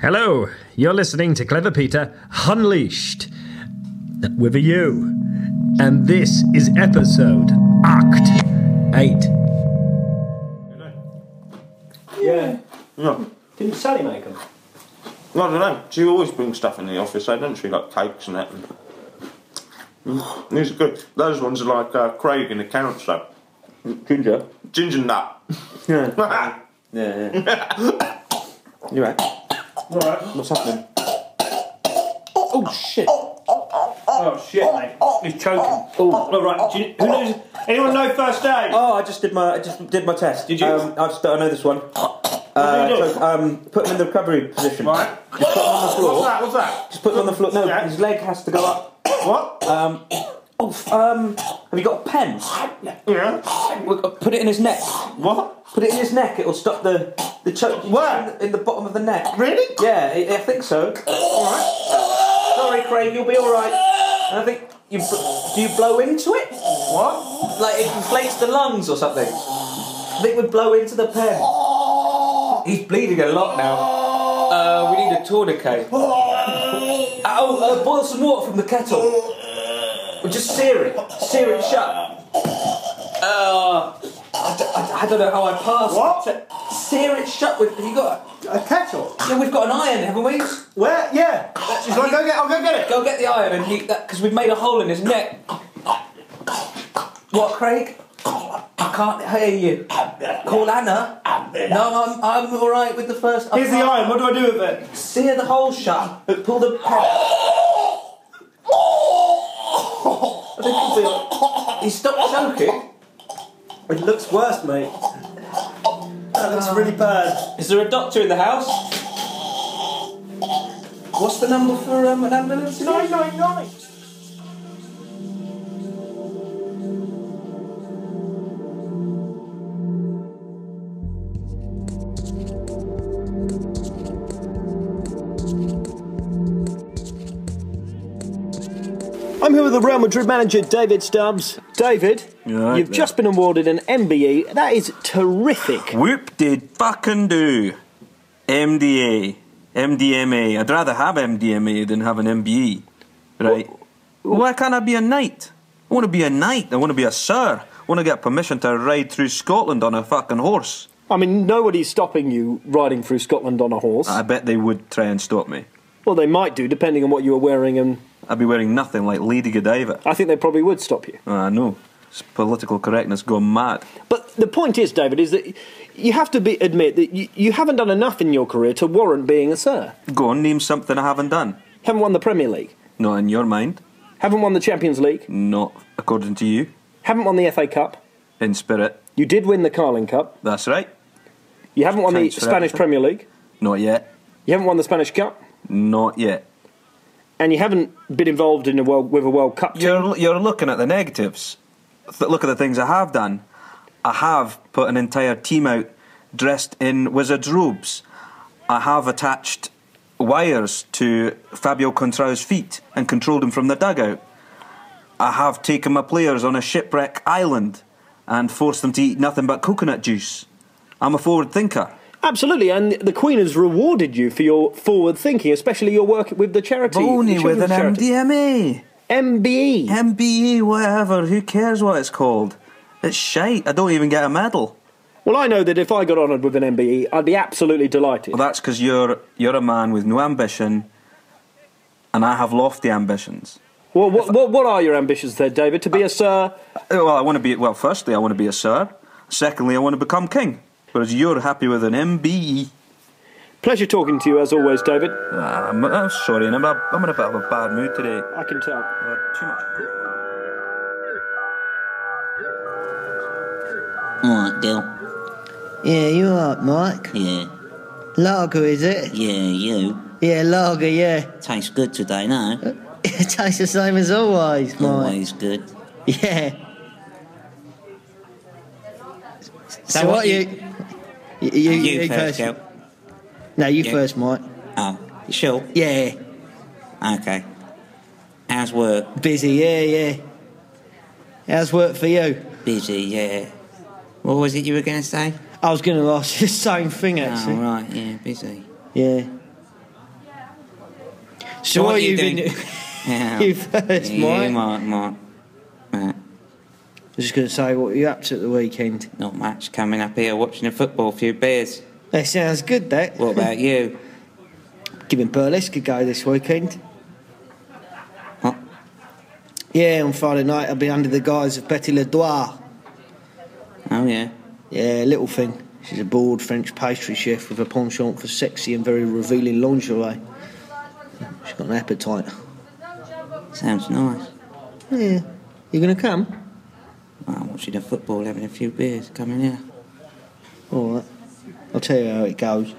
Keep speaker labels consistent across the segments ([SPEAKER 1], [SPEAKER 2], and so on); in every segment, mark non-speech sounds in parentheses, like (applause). [SPEAKER 1] Hello, you're listening to Clever Peter Unleashed with a U. And this is episode Act 8.
[SPEAKER 2] Yeah.
[SPEAKER 3] No,
[SPEAKER 2] Didn't Sally make them?
[SPEAKER 3] no, I don't know. She always brings stuff in the office, though, doesn't she? Like cakes and that. Mm, These are good. Those ones are like uh, Craig in the council.
[SPEAKER 4] Ginger.
[SPEAKER 3] Ginger nut.
[SPEAKER 4] Yeah.
[SPEAKER 3] yeah,
[SPEAKER 4] Yeah. yeah. Uh, (coughs) you right?
[SPEAKER 2] Right.
[SPEAKER 4] What's happening? Oh shit!
[SPEAKER 2] Oh shit, mate. He's choking. Oh. All right. Do you, who knows? Anyone know first aid?
[SPEAKER 4] Oh, I just did my I just did my test.
[SPEAKER 2] Did you?
[SPEAKER 4] Um, I just I know this one.
[SPEAKER 2] What do you
[SPEAKER 4] Uh,
[SPEAKER 2] do?
[SPEAKER 4] so, um, put him in the recovery position.
[SPEAKER 2] Right.
[SPEAKER 4] Just put him on
[SPEAKER 3] (laughs)
[SPEAKER 4] the
[SPEAKER 3] What's
[SPEAKER 4] floor.
[SPEAKER 3] that? What's that?
[SPEAKER 4] Just put him on the floor. No,
[SPEAKER 3] Yeah.
[SPEAKER 4] his leg has to go up.
[SPEAKER 3] What?
[SPEAKER 4] Um, oh, f- um, have you got a pen?
[SPEAKER 3] yeah.
[SPEAKER 4] We'll- uh, Put it in his neck.
[SPEAKER 3] What?
[SPEAKER 4] Put it in his neck. It'll stop the the choke.
[SPEAKER 3] Where?
[SPEAKER 4] In the, in the bottom of the neck.
[SPEAKER 3] Really? (laughs)
[SPEAKER 4] Yeah, I, I think so. Sorry, Craig. You'll be all right. And I think you bl- do you blow into it.
[SPEAKER 3] What?
[SPEAKER 4] like it inflates the lungs or something. I think we blow into the pen. He's bleeding a lot now. Uh, we need a tourniquet. oh, uh, boil some water from the kettle. Well, just sear it. Sear it shut. Uh, I, d- I d- I don't know how I passed.
[SPEAKER 2] What?
[SPEAKER 4] it. Sear it shut. With, have you got?
[SPEAKER 2] A kettle?
[SPEAKER 4] Yeah, we've got an iron, haven't we?
[SPEAKER 2] Where? Yeah. She's like, go get. I'll go get
[SPEAKER 4] Go get the iron and heat that because we've made a hole in his neck. What, Craig? I can't hear you. Call Anna. No, I'm, I'm all right with the first. I
[SPEAKER 2] Here's the
[SPEAKER 4] can't-
[SPEAKER 2] iron. What do I do with it?
[SPEAKER 4] Sear the hole shut. Pull the. I think he'll be all- He stopped choking.
[SPEAKER 2] It looks worse, mate. That looks really bad.
[SPEAKER 4] Is there a doctor in the house? What's the number for um, an ambulance?
[SPEAKER 2] Nine nine nine.
[SPEAKER 5] I'm here with the Real Madrid manager, David Stubbs. David, you've just been awarded an MBE. That is terrific.
[SPEAKER 6] Whoop did fucking do. MDA. MDMA. I'd rather have MDMA than have an MBE. Right? Why can't I be a knight? I want to be a knight. I want to be a sir. I want to get permission to ride through Scotland on a fucking horse.
[SPEAKER 5] I mean, nobody's stopping you riding through Scotland on a horse.
[SPEAKER 6] I bet they would try and stop me.
[SPEAKER 5] well, they might do, depending on what you were wearing, and
[SPEAKER 6] I'd be wearing nothing like Lady Godiva. Ah,
[SPEAKER 5] I think they probably would stop you.
[SPEAKER 6] I know. It's political correctness gone mad.
[SPEAKER 5] But the point is, David, is that you have to be, admit that you, you haven't done enough in your career to warrant being a sir.
[SPEAKER 6] Go on, name something I haven't done.
[SPEAKER 5] Haven't won the Premier League.
[SPEAKER 6] Not in your mind.
[SPEAKER 5] Haven't won the Champions League.
[SPEAKER 6] Not according to you.
[SPEAKER 5] Haven't won the FA Cup.
[SPEAKER 6] In spirit.
[SPEAKER 5] You did win the Carling Cup.
[SPEAKER 6] That's right.
[SPEAKER 5] You haven't won
[SPEAKER 6] Thanks
[SPEAKER 5] the
[SPEAKER 6] for
[SPEAKER 5] Spanish
[SPEAKER 6] everything.
[SPEAKER 5] Premier League.
[SPEAKER 6] Not yet.
[SPEAKER 5] You haven't won the Spanish Cup.
[SPEAKER 6] Not yet.
[SPEAKER 5] And you haven't been involved in a world, with a World Cup team.
[SPEAKER 6] You're, you're looking at the negatives. Th- look at the things I have done. I have put an entire team out dressed in wizard's robes. I have attached wires to Fabio Contrao's feet and controlled him from the dugout. I have taken my players on a shipwreck island and forced them to eat nothing but coconut juice. I'm a forward thinker.
[SPEAKER 5] Absolutely, and the Queen has rewarded you for your forward thinking, especially your work with the charity.
[SPEAKER 6] But only
[SPEAKER 5] the
[SPEAKER 6] with an
[SPEAKER 5] children's charity. E. MBE.
[SPEAKER 6] MDMA. MBE, whatever. Who cares what it's called? It's shite. I don't even get a medal.
[SPEAKER 5] Well, I know that if I got honoured with an MBE, I'd be absolutely delighted.
[SPEAKER 6] Well, that's because you're you're a man with no ambition, and I have lofty ambitions.
[SPEAKER 5] Well, what, what, what are your ambitions there, David? To be a sir?
[SPEAKER 6] Uh, Well, I want to be well. Firstly, I want to be a sir. Secondly, I want to become king. Whereas you're happy with an E. MBE.
[SPEAKER 5] Pleasure talking to you as always, David.
[SPEAKER 6] Ah, I'm, I'm sorry, and I'm, a- I'm in a bit of a bad mood today.
[SPEAKER 5] I can tell.
[SPEAKER 6] I've had too much.
[SPEAKER 7] Alright, Dil.
[SPEAKER 8] Yeah, you alright, Mike?
[SPEAKER 7] Oh, Yeah.
[SPEAKER 8] Lager, is it?
[SPEAKER 7] Yeah, you.
[SPEAKER 8] Yeah, lager, yeah. (laughs)
[SPEAKER 7] Tastes good today, no?
[SPEAKER 8] It tastes the same as always, Mike.
[SPEAKER 7] Always good.
[SPEAKER 8] Yeah.
[SPEAKER 7] what
[SPEAKER 8] So, what you... You, you,
[SPEAKER 7] You,
[SPEAKER 8] Oh, you
[SPEAKER 7] first, go.
[SPEAKER 8] No, you
[SPEAKER 7] Yeah.
[SPEAKER 8] first, Mike.
[SPEAKER 7] Oh, you sure?
[SPEAKER 8] Yeah,
[SPEAKER 7] Okay. How's work?
[SPEAKER 8] busy, yeah, yeah. How's work for you?
[SPEAKER 7] Busy, yeah. What was it you were going to say?
[SPEAKER 8] (laughs) I was going to ask you the same thing,
[SPEAKER 7] Oh,
[SPEAKER 8] actually.
[SPEAKER 7] right, yeah, busy.
[SPEAKER 8] Yeah. So what,
[SPEAKER 7] what you
[SPEAKER 8] you've
[SPEAKER 7] doing?
[SPEAKER 8] been? (laughs)
[SPEAKER 7] (laughs) Yeah.
[SPEAKER 8] you first,
[SPEAKER 7] Yeah,
[SPEAKER 8] Mike.
[SPEAKER 7] Mike, Mike. Right,
[SPEAKER 8] I'm just going to say what you up to at the weekend.
[SPEAKER 7] not much coming up here watching the football, a few beers.
[SPEAKER 8] That sounds good. That
[SPEAKER 7] What about you?
[SPEAKER 8] giving burlesque a go this weekend.
[SPEAKER 7] Huh?
[SPEAKER 8] Yeah, on Friday night I'll be under the guise of Betty Ledoir.
[SPEAKER 7] Oh, yeah.
[SPEAKER 8] Yeah, little thing. She's a bored French pastry chef with a penchant for sexy and very revealing lingerie. She's got an appetite.
[SPEAKER 7] Sounds nice.
[SPEAKER 8] Yeah. You gonna come?
[SPEAKER 7] I'm watching the football, having a few beers, coming here.
[SPEAKER 8] All right. I'll tell you how it goes.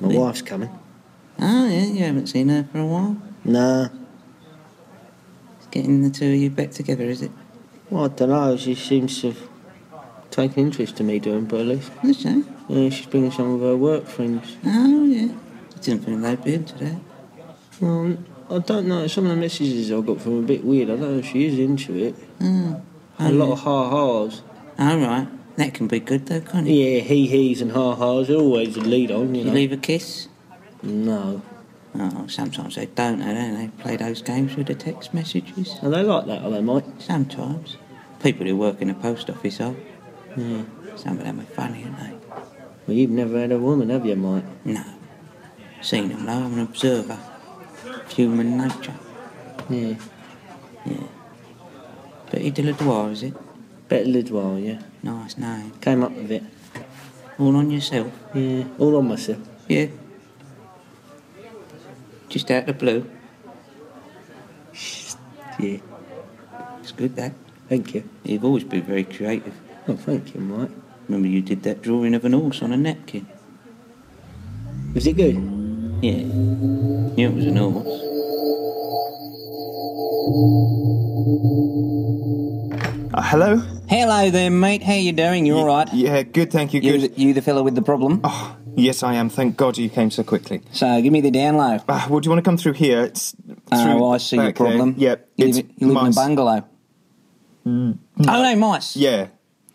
[SPEAKER 8] My
[SPEAKER 7] Yeah.
[SPEAKER 8] wife's coming.
[SPEAKER 7] Oh, yeah, you haven't seen her for a while.
[SPEAKER 8] Nah.
[SPEAKER 7] It's getting the two of you back together, is it?
[SPEAKER 8] Well, I don't know. She seems to have taken interest in me doing burlesque.
[SPEAKER 7] Is she?
[SPEAKER 8] Yeah, she's bringing some of her work friends.
[SPEAKER 7] Oh, yeah. I didn't think they'd be into that.
[SPEAKER 8] Well, Um, I don't know. Some of the messages I got from her are a bit weird. I don't know if she is into it.
[SPEAKER 7] Oh,
[SPEAKER 8] A lot of ha ha's.
[SPEAKER 7] all right. That can be good, though, can't it?
[SPEAKER 8] Yeah, he he's and ha ha's are always a lead on, you
[SPEAKER 7] You
[SPEAKER 8] know.
[SPEAKER 7] leave a kiss?
[SPEAKER 8] No.
[SPEAKER 7] Oh, sometimes they don't, they don't they? Play those games with the text messages.
[SPEAKER 8] Are they like that, are they, Mike?
[SPEAKER 7] Sometimes. People who work in the post office are. Some of them are funny, aren't they?
[SPEAKER 8] Well, you've never had a woman, have you, Mike?
[SPEAKER 7] No. Seen them, though. I'm an observer. Human nature.
[SPEAKER 8] Yeah.
[SPEAKER 7] Petit de la Doire, is it?
[SPEAKER 8] Better Lidwell, yeah.
[SPEAKER 7] Nice name.
[SPEAKER 8] Came up with it.
[SPEAKER 7] All on yourself?
[SPEAKER 8] Yeah. All on myself.
[SPEAKER 7] Yeah. Just out the blue.
[SPEAKER 8] Yeah.
[SPEAKER 7] It's good, that.
[SPEAKER 8] Thank you.
[SPEAKER 7] You've always been very creative.
[SPEAKER 8] Oh, thank you, Mike.
[SPEAKER 7] Remember you did that drawing of an horse on a napkin?
[SPEAKER 8] Was it good?
[SPEAKER 7] Yeah. Yeah, it was an horse.
[SPEAKER 9] Uh, hello?
[SPEAKER 10] Hello there, mate. How you doing? You all right?
[SPEAKER 9] Yeah, good, thank you.
[SPEAKER 10] You,
[SPEAKER 9] Good.
[SPEAKER 10] you the fella with the problem?
[SPEAKER 9] Oh, yes, I am. Thank God you came so quickly.
[SPEAKER 10] So give me the down low.
[SPEAKER 9] Uh, well, do you want to come through here? It's through
[SPEAKER 10] Oh, I see your
[SPEAKER 9] back there.
[SPEAKER 10] problem.
[SPEAKER 9] Yep.
[SPEAKER 10] you
[SPEAKER 9] it's
[SPEAKER 10] live, you live in a
[SPEAKER 9] mice. Mm.
[SPEAKER 10] bungalow. Oh no, mice.
[SPEAKER 9] Yeah.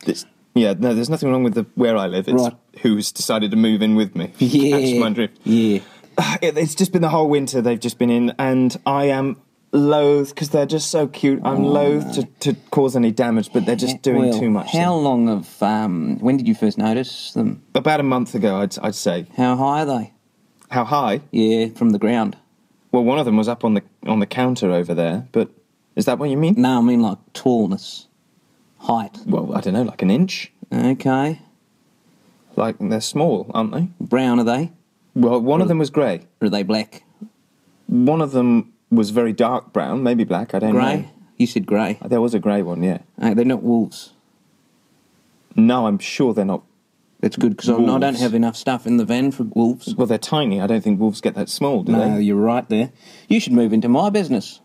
[SPEAKER 9] It's, yeah, no, there's nothing wrong with the where I live. It's
[SPEAKER 10] Right.
[SPEAKER 9] who's decided to move in with me.
[SPEAKER 10] (laughs) Yeah.
[SPEAKER 9] That's my drift.
[SPEAKER 10] Yeah.
[SPEAKER 9] It, it's just been the whole winter they've just been in, and I am loath, because they're just so cute, I'm loath to, to cause any damage, but they're just doing
[SPEAKER 10] Oh, Well,
[SPEAKER 9] too much.
[SPEAKER 10] How
[SPEAKER 9] So-
[SPEAKER 10] long of um? When did you first notice them?
[SPEAKER 9] About a month ago, I'd, I'd say.
[SPEAKER 10] How high are they?
[SPEAKER 9] How high?
[SPEAKER 10] Yeah, from the ground.
[SPEAKER 9] Well, one of them was up on the on the counter over there, but is that what you mean?
[SPEAKER 10] No, I mean like tallness, height.
[SPEAKER 9] Well, I don't know, like an inch.
[SPEAKER 10] Okay.
[SPEAKER 9] Like they're small, aren't they?
[SPEAKER 10] Brown are they?
[SPEAKER 9] Well, one of them was grey.
[SPEAKER 10] Or are they black?
[SPEAKER 9] One of them was very dark brown, maybe black. I don't
[SPEAKER 10] Grey. You said grey.
[SPEAKER 9] know. There was a grey one, yeah.
[SPEAKER 10] Uh, they're not wolves.
[SPEAKER 9] No, I'm sure they're not.
[SPEAKER 10] That's good because I don't
[SPEAKER 9] Wolves.
[SPEAKER 10] have enough stuff in the van for wolves.
[SPEAKER 9] Well, they're tiny. I don't think wolves get that small, do
[SPEAKER 10] No,
[SPEAKER 9] they?
[SPEAKER 10] you're right there. You should move into my business.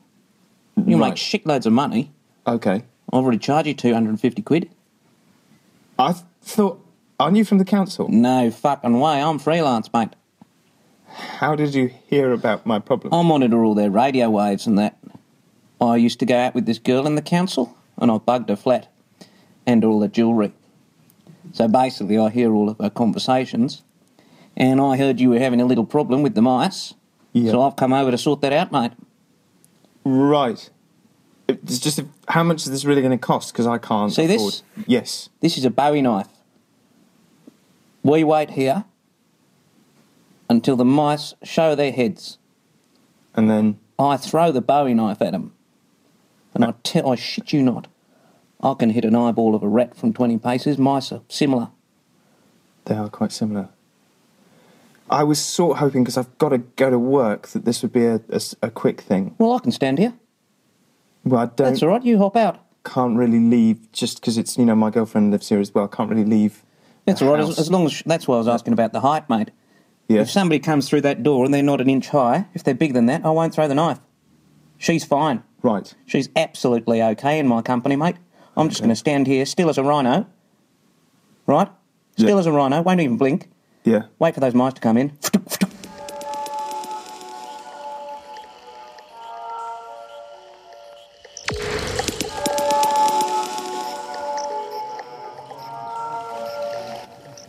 [SPEAKER 10] You
[SPEAKER 9] Right.
[SPEAKER 10] make shitloads of money.
[SPEAKER 9] Okay.
[SPEAKER 10] I already charge you 250 quid.
[SPEAKER 9] I th- thought. Aren't you from the council?
[SPEAKER 10] No fucking way. I'm freelance, mate.
[SPEAKER 9] How did you hear about my problem?
[SPEAKER 10] I monitor all their radio waves and that. I used to go out with this girl in the council and I bugged her flat and all her jewellery. So basically, I hear all of her conversations and I heard you were having a little problem with the mice.
[SPEAKER 9] Yeah.
[SPEAKER 10] So I've come over to sort that out, mate.
[SPEAKER 9] Right. It's just how much is this really going to cost? Because I can't
[SPEAKER 10] See
[SPEAKER 9] afford.
[SPEAKER 10] this?
[SPEAKER 9] Yes.
[SPEAKER 10] This is a Bowie knife. We wait here until the mice show their heads.
[SPEAKER 9] And then
[SPEAKER 10] I throw the Bowie knife at them. And I, te- I shit you not, I can hit an eyeball of a rat from 20 paces. Mice are similar.
[SPEAKER 9] They are quite similar. I was sort of hoping, because I've got to go to work, that this would be a, a s- a quick thing.
[SPEAKER 10] Well, I can stand here.
[SPEAKER 9] Well, I don't,
[SPEAKER 10] That's all right, you hop out.
[SPEAKER 9] can't really leave just because it's, you know, my girlfriend lives here as well. can't really leave.
[SPEAKER 10] That's
[SPEAKER 9] the
[SPEAKER 10] all right, as,
[SPEAKER 9] house.
[SPEAKER 10] as long as. That's why I was asking about the height, mate.
[SPEAKER 9] Yeah.
[SPEAKER 10] If somebody comes through that door and they're not an inch high, if they're bigger than that, I won't throw the knife. She's fine.
[SPEAKER 9] Right.
[SPEAKER 10] She's absolutely okay in my company, mate. I'm just going to stand here, still as a rhino, right? Still
[SPEAKER 9] Yeah.
[SPEAKER 10] as a rhino, won't even blink.
[SPEAKER 9] Yeah.
[SPEAKER 10] Wait for those mice to come in.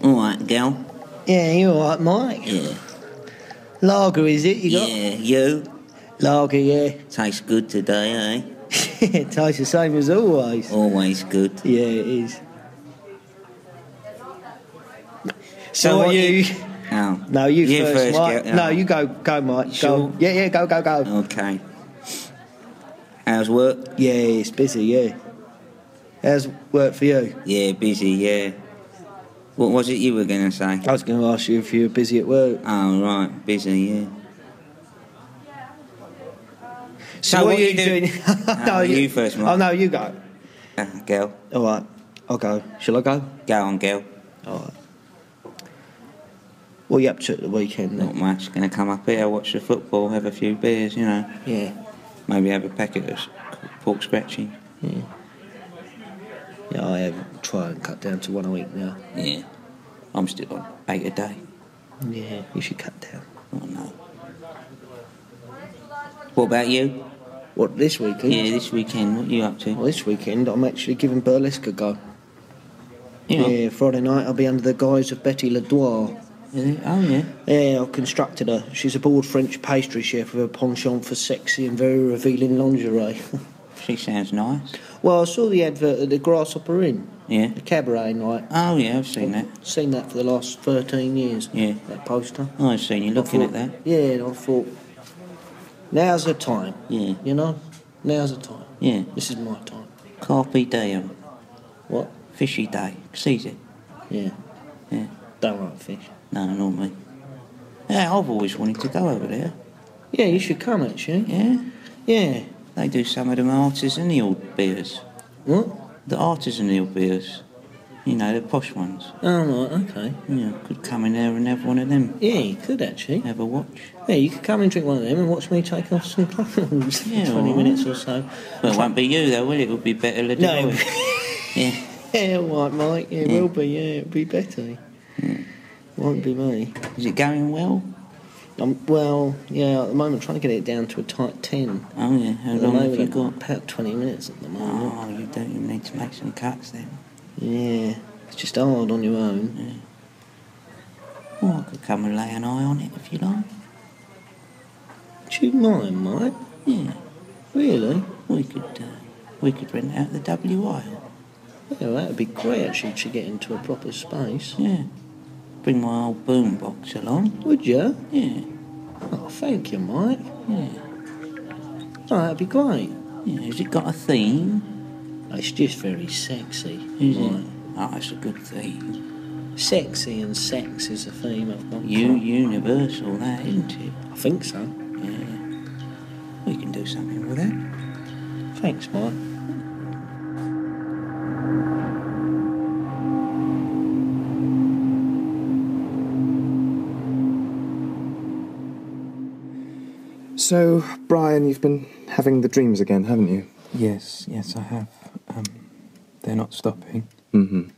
[SPEAKER 7] All right, gal.
[SPEAKER 8] Yeah, you alright, Mike?
[SPEAKER 7] Yeah.
[SPEAKER 8] Lager, is it? You got?
[SPEAKER 7] Yeah, you.
[SPEAKER 8] Lager, yeah. (laughs)
[SPEAKER 7] Tastes good today, eh?
[SPEAKER 8] it tastes the same as always.
[SPEAKER 7] Always good.
[SPEAKER 8] Yeah, it is. So,
[SPEAKER 7] So
[SPEAKER 8] are
[SPEAKER 7] what
[SPEAKER 8] you?
[SPEAKER 7] Oh.
[SPEAKER 8] No, you,
[SPEAKER 7] You
[SPEAKER 8] first,
[SPEAKER 7] first,
[SPEAKER 8] Mike.
[SPEAKER 7] go-
[SPEAKER 8] no.
[SPEAKER 7] no.
[SPEAKER 8] you go, go, Mike.
[SPEAKER 7] Sure?
[SPEAKER 8] Go. Yeah, yeah, go, go, go.
[SPEAKER 7] Okay. How's work?
[SPEAKER 8] Yeah, it's busy. Yeah. How's work for you?
[SPEAKER 7] Yeah, busy, yeah. What was it you were going to say?
[SPEAKER 8] I was going to ask you if you were busy at work.
[SPEAKER 7] Oh, right, busy, yeah.
[SPEAKER 8] So,
[SPEAKER 7] what you do- (laughs)
[SPEAKER 8] doing? (laughs)
[SPEAKER 7] Oh, you first, Mike.
[SPEAKER 8] Oh no, you go.
[SPEAKER 7] Ah, girl.
[SPEAKER 8] All right, I'll go. Shall I go?
[SPEAKER 7] Go on, girl.
[SPEAKER 8] All right. What are you up to at the weekend
[SPEAKER 7] Not
[SPEAKER 8] then?
[SPEAKER 7] much. Going to come up here, watch the football, have a few beers, you know.
[SPEAKER 8] Yeah.
[SPEAKER 7] Maybe have a packet of s- pork scratchy.
[SPEAKER 8] Yeah. Yeah, I am trying to cut down to one a week now.
[SPEAKER 7] Yeah. I'm still on eight a day.
[SPEAKER 8] Yeah, you should cut down.
[SPEAKER 7] Oh, no. What about you?
[SPEAKER 8] What, this weekend?
[SPEAKER 7] Yeah, this weekend. What are you up to?
[SPEAKER 8] Well, this weekend I'm actually giving burlesque a go.
[SPEAKER 7] You are?
[SPEAKER 8] Yeah, Friday night I'll be under the guise of Betty Ledoir.
[SPEAKER 7] Is it? Oh, yeah.
[SPEAKER 8] Yeah, I've constructed her. She's a bored French pastry chef with a penchant for sexy and very revealing lingerie. (laughs)
[SPEAKER 7] She sounds nice.
[SPEAKER 8] well, I saw the advert at the Grasshopper Inn,
[SPEAKER 7] Yeah.
[SPEAKER 8] the cabaret night.
[SPEAKER 7] Oh, yeah, I've seen that.
[SPEAKER 8] Seen that for the last 13 years,
[SPEAKER 7] Yeah.
[SPEAKER 8] that poster.
[SPEAKER 7] I've seen you looking at that.
[SPEAKER 8] Yeah, and I thought, now's the time,
[SPEAKER 7] Yeah,
[SPEAKER 8] you know? Now's the time.
[SPEAKER 7] yeah.
[SPEAKER 8] This is my time.
[SPEAKER 7] Carpe diem.
[SPEAKER 8] What?
[SPEAKER 7] Fishy day. Caesar.
[SPEAKER 8] Yeah.
[SPEAKER 7] Yeah.
[SPEAKER 8] Don't like fish.
[SPEAKER 7] No, not me. Yeah, I've always wanted to go over there.
[SPEAKER 8] Yeah, you should come actually.
[SPEAKER 7] Yeah.
[SPEAKER 8] Yeah.
[SPEAKER 7] They do some of them artisanal beers.
[SPEAKER 8] What?
[SPEAKER 7] The artisanal beers. You know, the posh ones.
[SPEAKER 8] Oh, right, okay.
[SPEAKER 7] Yeah, could come in there and have one of them.
[SPEAKER 8] Yeah, you could actually.
[SPEAKER 7] Have a watch.
[SPEAKER 8] Yeah, you could come and drink one of them and watch me take off some clothes for
[SPEAKER 7] Yeah,
[SPEAKER 8] 20
[SPEAKER 7] alright.
[SPEAKER 8] minutes or so.
[SPEAKER 7] Well, it won't be you though, will it? It'll be better than
[SPEAKER 8] (laughs) No.
[SPEAKER 7] Yeah.
[SPEAKER 8] Yeah, all right, Mike. Yeah, it will be. Yeah, it'll be better.
[SPEAKER 7] Hmm.
[SPEAKER 8] Won't be me.
[SPEAKER 7] Is it going well?
[SPEAKER 8] I'm, well, yeah, at the moment, I'm trying to get it down to a tight 10.
[SPEAKER 7] Oh yeah. How
[SPEAKER 8] At the
[SPEAKER 7] long have
[SPEAKER 8] moment,
[SPEAKER 7] you
[SPEAKER 8] I've got
[SPEAKER 7] got?
[SPEAKER 8] about 20 minutes at the moment.
[SPEAKER 7] Oh, you don't even need to make some cuts then.
[SPEAKER 8] Yeah, it's just hard on your own.
[SPEAKER 7] Oh, I could come and lay an eye on it if you like.
[SPEAKER 8] Do you mind, Mike?
[SPEAKER 7] Yeah.
[SPEAKER 8] Really?
[SPEAKER 7] We could uh, we could rent out the W aisle.
[SPEAKER 8] Yeah, that'd be great actually to get into a proper space.
[SPEAKER 7] Yeah. Bring my old boom box along.
[SPEAKER 8] Would you?
[SPEAKER 7] Yeah.
[SPEAKER 8] Oh, thank you, Mike.
[SPEAKER 7] Yeah.
[SPEAKER 8] Oh, that'd be great.
[SPEAKER 7] yeah. Has it got a theme?
[SPEAKER 8] It's just very sexy.
[SPEAKER 7] Is
[SPEAKER 8] Mike.
[SPEAKER 7] it? Oh, it's a good theme.
[SPEAKER 8] Sexy and sex is a theme I've got.
[SPEAKER 7] You universal that, isn't it?
[SPEAKER 8] I think so.
[SPEAKER 7] Yeah. We can do something with that.
[SPEAKER 8] Thanks, Mike.
[SPEAKER 9] So, Brian, you've been having the dreams again, haven't you?
[SPEAKER 11] Yes, yes, I have. Um, they're not stopping.
[SPEAKER 9] Mm-hmm.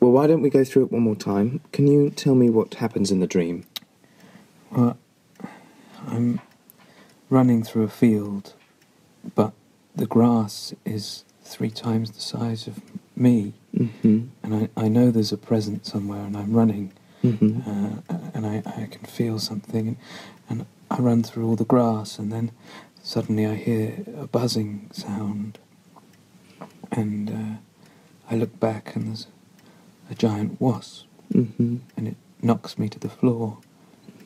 [SPEAKER 9] Well, why don't we go through it one more time? Can you tell me what happens in the dream?
[SPEAKER 11] Well, I'm running through a field, but the grass is three times the size of me,
[SPEAKER 9] Mm-hmm.
[SPEAKER 11] and I, I know there's a present somewhere, and I'm running,
[SPEAKER 9] Mm-hmm.
[SPEAKER 11] uh, and I, I can feel something, and, and I run through all the grass, and then suddenly I hear a buzzing sound, and uh, I look back, and there's a giant wasp,
[SPEAKER 9] Mm-hmm.
[SPEAKER 11] and it knocks me to the floor,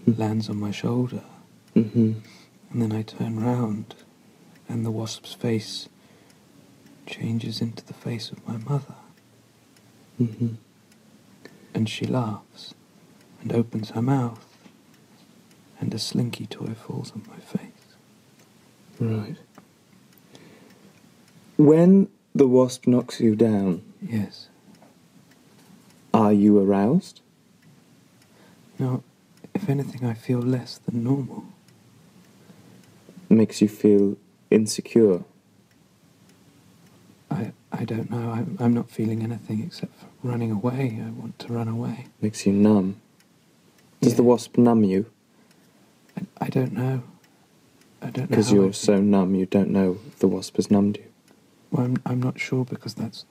[SPEAKER 11] lands on my shoulder.
[SPEAKER 9] Mm-hmm.
[SPEAKER 11] And then I turn round, and the wasp's face changes into the face of my mother,
[SPEAKER 9] Mm-hmm.
[SPEAKER 11] and she laughs and opens her mouth, and a slinky toy falls on my face.
[SPEAKER 9] Right. When the wasp knocks you down,
[SPEAKER 11] Yes.
[SPEAKER 9] are you aroused?
[SPEAKER 11] Now, if anything, I feel less than normal.
[SPEAKER 9] Makes you feel insecure.
[SPEAKER 11] I, I don't know. I'm, I'm not feeling anything except for running away. I want to run away.
[SPEAKER 9] Makes you numb. Does the
[SPEAKER 11] Yeah.
[SPEAKER 9] wasp numb you?
[SPEAKER 11] I, I don't know. I don't know.
[SPEAKER 9] Because
[SPEAKER 11] how I
[SPEAKER 9] you're
[SPEAKER 11] feel.
[SPEAKER 9] so numb, you don't know if the wasp has numbed you.
[SPEAKER 11] Well, I'm, I'm not sure because that's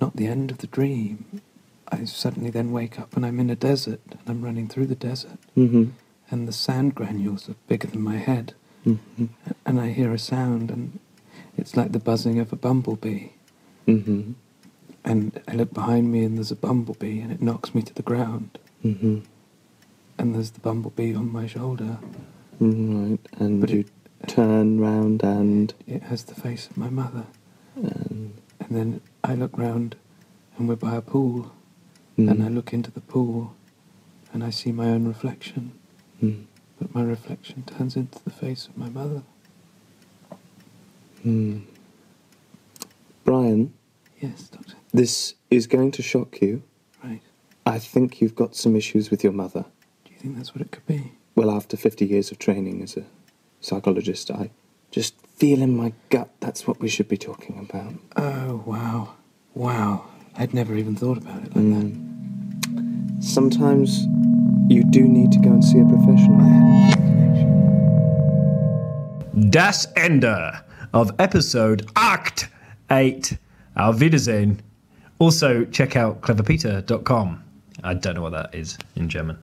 [SPEAKER 11] not the end of the dream. I suddenly then wake up and I'm in a desert and I'm running through the desert
[SPEAKER 9] Mm-hmm.
[SPEAKER 11] and the sand granules are bigger than my head.
[SPEAKER 9] Mhm.
[SPEAKER 11] And I hear a sound, and it's like the buzzing of a bumblebee.
[SPEAKER 9] Mm-hmm.
[SPEAKER 11] And I look behind me, and there's a bumblebee, and it knocks me to the ground.
[SPEAKER 9] Mm-hmm.
[SPEAKER 11] And there's the bumblebee on my shoulder.
[SPEAKER 9] Mm-hmm. Right, and you turn round and
[SPEAKER 11] It has the face of my mother. And then I look round, and we're by a pool.
[SPEAKER 9] Hmm.
[SPEAKER 11] And I look into the pool, and I see my own reflection.
[SPEAKER 9] Mm.
[SPEAKER 11] But my reflection turns into the face of my mother.
[SPEAKER 9] Hmm. Brian.
[SPEAKER 11] Yes, Doctor.
[SPEAKER 9] This is going to shock you.
[SPEAKER 11] Right.
[SPEAKER 9] I think you've got some issues with your mother.
[SPEAKER 11] Do you think that's what it could be?
[SPEAKER 9] Well, after 50 years of training as a psychologist, I just feel in my gut that's what we should be talking about.
[SPEAKER 11] Oh, wow. Wow. I'd never even thought about it.
[SPEAKER 9] Mm. Sometimes you do need to go and see a professional.
[SPEAKER 5] Das Ende of episode 8. 8. Our Wiedersehen. Also, check out cleverpeter.com. I don't know what that is in German.